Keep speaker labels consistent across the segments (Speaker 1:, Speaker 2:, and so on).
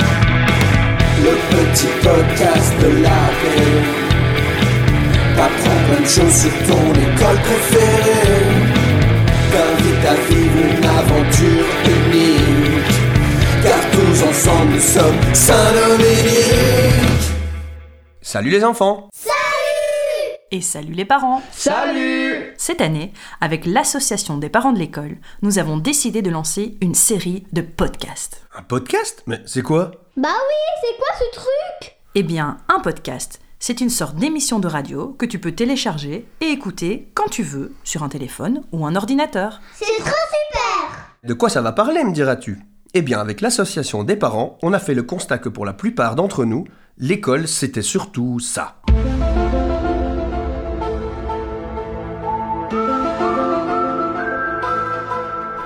Speaker 1: Le petit podcast de la ville. T'apprends plein de choses sur ton école préférée. T'invites à vivre une aventure unique. Car tous ensemble, nous sommes Saint-Dominique.
Speaker 2: Salut les enfants
Speaker 3: Et salut les parents
Speaker 2: Salut
Speaker 3: Cette année, avec l'association des parents de l'école, nous avons décidé de lancer une série de podcasts.
Speaker 2: Un podcast Mais c'est quoi
Speaker 4: Bah oui, c'est quoi ce truc
Speaker 3: Eh bien, un podcast, c'est une sorte d'émission de radio que tu peux télécharger et écouter quand tu veux sur un téléphone ou un ordinateur.
Speaker 4: C'est trop super
Speaker 2: De quoi ça va parler, me diras-tu Eh bien, avec l'association des parents, on a fait le constat que pour la plupart d'entre nous, l'école, c'était surtout ça.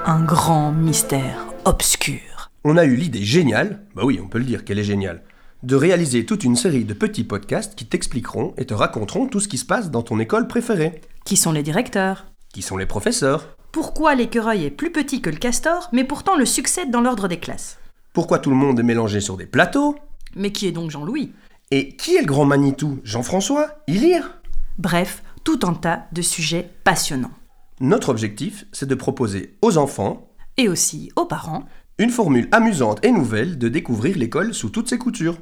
Speaker 3: Un grand mystère obscur.
Speaker 2: On a eu l'idée géniale, bah oui, on peut le dire qu'elle est géniale, de réaliser toute une série de petits podcasts qui t'expliqueront et te raconteront tout ce qui se passe dans ton école préférée.
Speaker 3: Qui sont les directeurs
Speaker 2: Qui sont les professeurs
Speaker 3: Pourquoi l'écureuil est plus petit que le castor, mais pourtant le succède dans l'ordre des classes
Speaker 2: Pourquoi tout le monde est mélangé sur des plateaux
Speaker 3: Mais qui est donc Jean-Louis
Speaker 2: Et qui est le grand Manitou Jean-François Ilir
Speaker 3: Bref, tout un tas de sujets passionnants.
Speaker 2: Notre objectif, c'est de proposer aux enfants
Speaker 3: Et aussi aux parents,
Speaker 2: une formule amusante et nouvelle de découvrir l'école sous toutes ses coutures.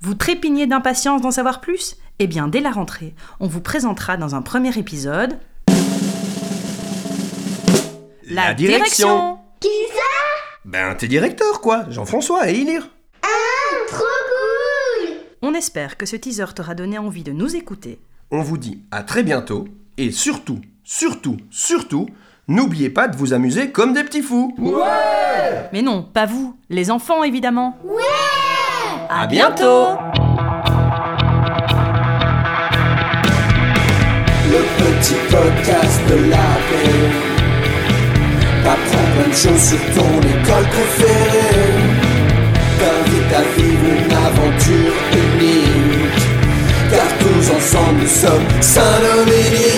Speaker 3: Vous trépignez d'impatience d'en savoir plus Eh bien, dès la rentrée, on vous présentera dans un premier épisode
Speaker 4: Qui ça
Speaker 2: Ben, t'es directeur, quoi Jean-François et Ilir
Speaker 4: Trop cool
Speaker 3: On espère que ce teaser t'aura donné envie de nous écouter.
Speaker 2: On vous dit à très bientôt, et surtout, surtout, surtout, n'oubliez pas de vous amuser comme des petits fous
Speaker 3: Mais non, pas vous, les enfants évidemment.
Speaker 2: À bientôt
Speaker 1: Le petit podcast de la ville. T'apprends plein de choses sur ton école préférée. T'invites à vivre une aventure unique. Car tous ensemble, nous sommes Saint-Dominique.